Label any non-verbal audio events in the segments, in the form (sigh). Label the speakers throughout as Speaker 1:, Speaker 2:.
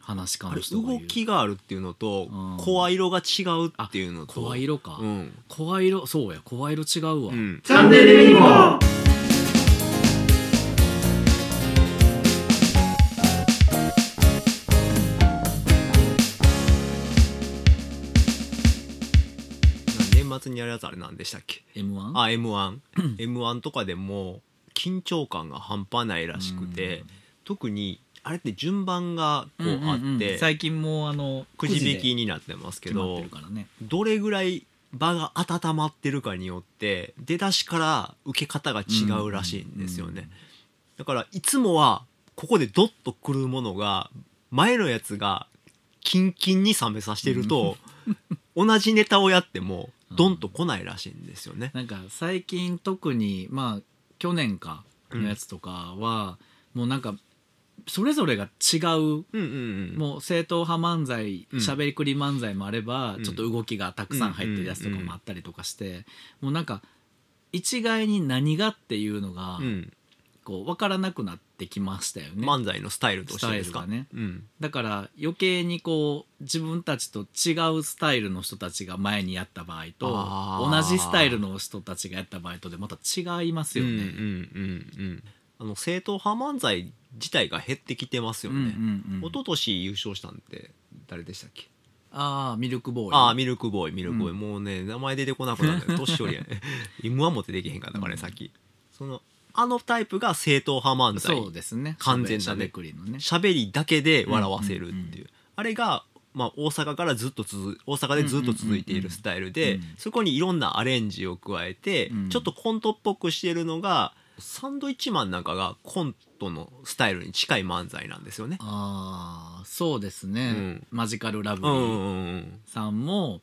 Speaker 1: 話し
Speaker 2: あ
Speaker 1: 感
Speaker 2: れ
Speaker 1: の人が
Speaker 2: 動
Speaker 1: 言う
Speaker 2: きがあるっていうのと
Speaker 1: うん
Speaker 2: 声色が違うっていうのと
Speaker 1: 声色か、
Speaker 2: うん
Speaker 1: 声色そうや声色違うわ、
Speaker 2: うん
Speaker 3: チャンネルにも
Speaker 2: 年末にやるやつあれなんでしたっけ
Speaker 1: M1
Speaker 2: あ m 1 m 1とかでも緊張感が半端ないらしくて
Speaker 1: うん
Speaker 2: 特にあれって順番がこう
Speaker 1: うんうんうん
Speaker 2: あって
Speaker 1: 最近もうあの
Speaker 2: くじ引き
Speaker 1: に
Speaker 2: になってますけ
Speaker 1: 決まっ
Speaker 2: ど
Speaker 1: てるからね
Speaker 2: どれぐらい場が温まってるかによって出だしから受け方が違うらしいんですよね。だからいつもはここでドッとくるものが前のやつがキンキンに冷めさせてると、同じネタをやってもドンと来ないらしいんですよね。
Speaker 1: なんか最近特にまあ去年かのやつとかは、もうなんかそれぞれが違う
Speaker 2: うんうんうん、
Speaker 1: もう正統派漫才
Speaker 2: うん
Speaker 1: しゃべりくり漫才もあれば、
Speaker 2: うん
Speaker 1: ちょっと動きがたくさん入ってるやつとかもあったりとかして、もうなんか一概に何がっていうのが、
Speaker 2: うん、
Speaker 1: こう分からなくなってきましたよね、
Speaker 2: 漫才のスタイルとしてですか
Speaker 1: スタイルがね
Speaker 2: うん
Speaker 1: だから余計にこう自分たちと違うスタイルの人たちが前にやった場合
Speaker 2: あ
Speaker 1: と
Speaker 2: ー
Speaker 1: 同じスタイルの人たちがやった場合とでまた違いますよね。
Speaker 2: うんうんうんうんあの正統派漫才自体が減ってきてますよね。
Speaker 1: うんうんうん
Speaker 2: 一昨年優勝したんって誰でしたっけ
Speaker 1: ああミルクボーイ
Speaker 2: ああミルクボーイミルクボーイ、
Speaker 1: うん
Speaker 2: もうね名前出てこなくなった
Speaker 1: (laughs)
Speaker 2: よ年寄りやね M1 も出てけへんかったから
Speaker 1: うん
Speaker 2: ねさっきそのあのタイプが正統派漫才
Speaker 1: そうですね
Speaker 2: 完全なね
Speaker 1: しゃべくりのね
Speaker 2: 喋りだけで笑わせるっ
Speaker 1: う
Speaker 2: ていう,、
Speaker 1: んうんうん
Speaker 2: あれが、まあ、大阪からずっと続大阪でずっと続いているスタイルで、
Speaker 1: うんうんうん
Speaker 2: そこにいろんなアレンジを加えて、
Speaker 1: うん
Speaker 2: ちょっとコントっぽくしてるのがサンドイッチマンなんかがコントのスタイルに近い漫才なんですよね。
Speaker 1: ああそうですね、
Speaker 2: うん
Speaker 1: マジカルラブリ
Speaker 2: うんうん
Speaker 1: ー
Speaker 2: うん
Speaker 1: さんも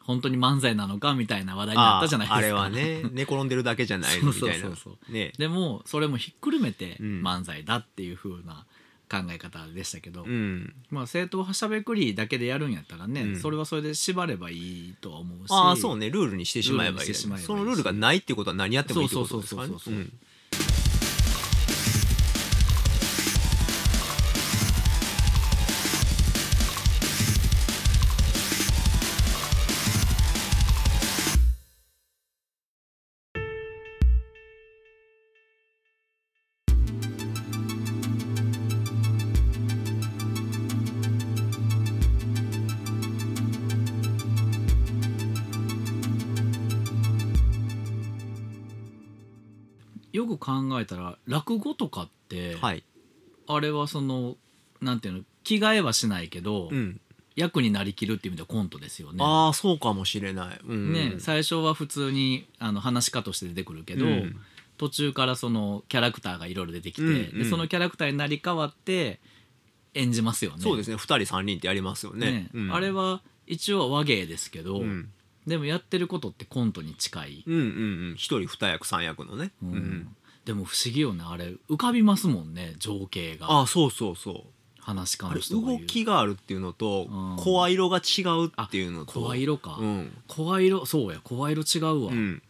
Speaker 1: 本当に漫才なのかみたいな話題になったじゃないですか
Speaker 2: ああれはね寝転んでるだけじゃないのみたいな
Speaker 1: (laughs) そうそうそう
Speaker 2: ね
Speaker 1: (laughs) でもそれもひっくるめて
Speaker 2: うん
Speaker 1: 漫才だっていう風な考え方でしたけど、
Speaker 2: うん
Speaker 1: まあ正統派しゃべくりだけでやるんやったらね、
Speaker 2: うん
Speaker 1: それはそれで縛ればいいとは思うし
Speaker 2: ああそうねルールにしてしまえば
Speaker 1: ルー
Speaker 2: いい
Speaker 1: ルにしてしまえばいいし
Speaker 2: そのルールがないってことは何やってもいいってことですからね
Speaker 1: そうそうそうそう
Speaker 2: うん
Speaker 1: よく考えたら落語とかって、
Speaker 2: はい
Speaker 1: あれはそのなんていうの着替えはしないけど、
Speaker 2: うん
Speaker 1: 役になりきるっていう意味ではコントですよね。
Speaker 2: ああそうかもしれないうん
Speaker 1: ね最初は普通にあの話し家として出てくるけど、
Speaker 2: うん
Speaker 1: 途中からそのキャラクターがいろいろ出てきて、
Speaker 2: うんうん
Speaker 1: でそのキャラクターになり変わって演じますよね。
Speaker 2: そうですね2人3人ってやりますよね
Speaker 1: ね
Speaker 2: うん
Speaker 1: あれは一応は和芸ですけど、
Speaker 2: うん
Speaker 1: でもやってることってコントに近い、
Speaker 2: うんうんうん1人2役3役のね
Speaker 1: うん
Speaker 2: うん
Speaker 1: でも不思議よねあれ浮かびますもんね情景が
Speaker 2: ああそうそうそう
Speaker 1: 話し家
Speaker 2: あ
Speaker 1: の
Speaker 2: れ
Speaker 1: 人が
Speaker 2: 動
Speaker 1: 言う
Speaker 2: きがあるっていうのと
Speaker 1: うん
Speaker 2: 声色が違うっていうのと
Speaker 1: 声色か、
Speaker 2: うん
Speaker 1: 声色そうや声色違うわ
Speaker 2: う
Speaker 1: うん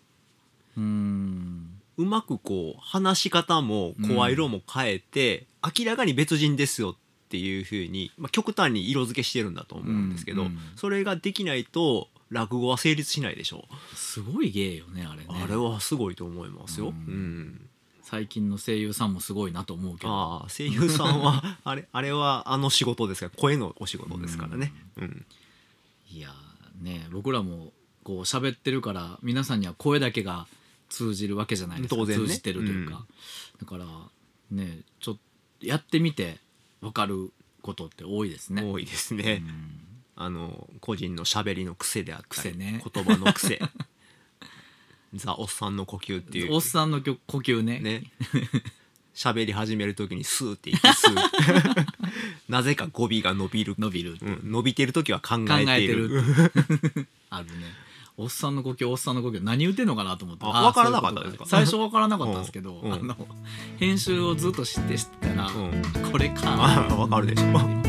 Speaker 1: ーん
Speaker 2: うまくこう話し方も声色も変えて、明らかに別人ですよっていうふうに、まあ、極端に色付けしてるんだと思うんですけど、
Speaker 1: うんうん
Speaker 2: それができないと落語は成立しないでしょ
Speaker 1: すごい芸よねあれね
Speaker 2: う、あれはすごいと思います
Speaker 1: う
Speaker 2: よ、うんん
Speaker 1: 最近の声優さんもすごいなと思うけど
Speaker 2: ああ声優さんはあれあれはあの仕事ですから声のお仕事ですからね、うん
Speaker 1: いやーね僕らもこう喋ってるから皆さんには声だけが通じるわけじゃないですか
Speaker 2: 当然ね
Speaker 1: 通じてるというか、だからねちょっとやってみて分かることって多いですね。
Speaker 2: 多いですね、
Speaker 1: うん
Speaker 2: あの個人のしゃべりの癖であった
Speaker 1: 癖
Speaker 2: り、
Speaker 1: ね
Speaker 2: 言葉の癖ザ・おっさんの呼吸っていう
Speaker 1: おっさんの呼呼吸ね (laughs)
Speaker 2: ね喋り始める時にスーって
Speaker 1: (laughs)
Speaker 2: 息吸うなぜか語尾が伸びる、
Speaker 1: 伸びる、
Speaker 2: うん、伸びてる時は考
Speaker 1: 考
Speaker 2: えて
Speaker 1: え
Speaker 2: い
Speaker 1: て
Speaker 2: る
Speaker 1: る (laughs) あるねおっさんの呼吸おっさんの呼吸何言ってんのかなと思って
Speaker 2: あ
Speaker 1: ー
Speaker 2: 分からなかったですか
Speaker 1: そういうこと最初分からなかったんですけど、
Speaker 2: うんうん
Speaker 1: あの編集をずっと知って知ったら、
Speaker 2: うん
Speaker 1: これか
Speaker 2: あ分かるでしょ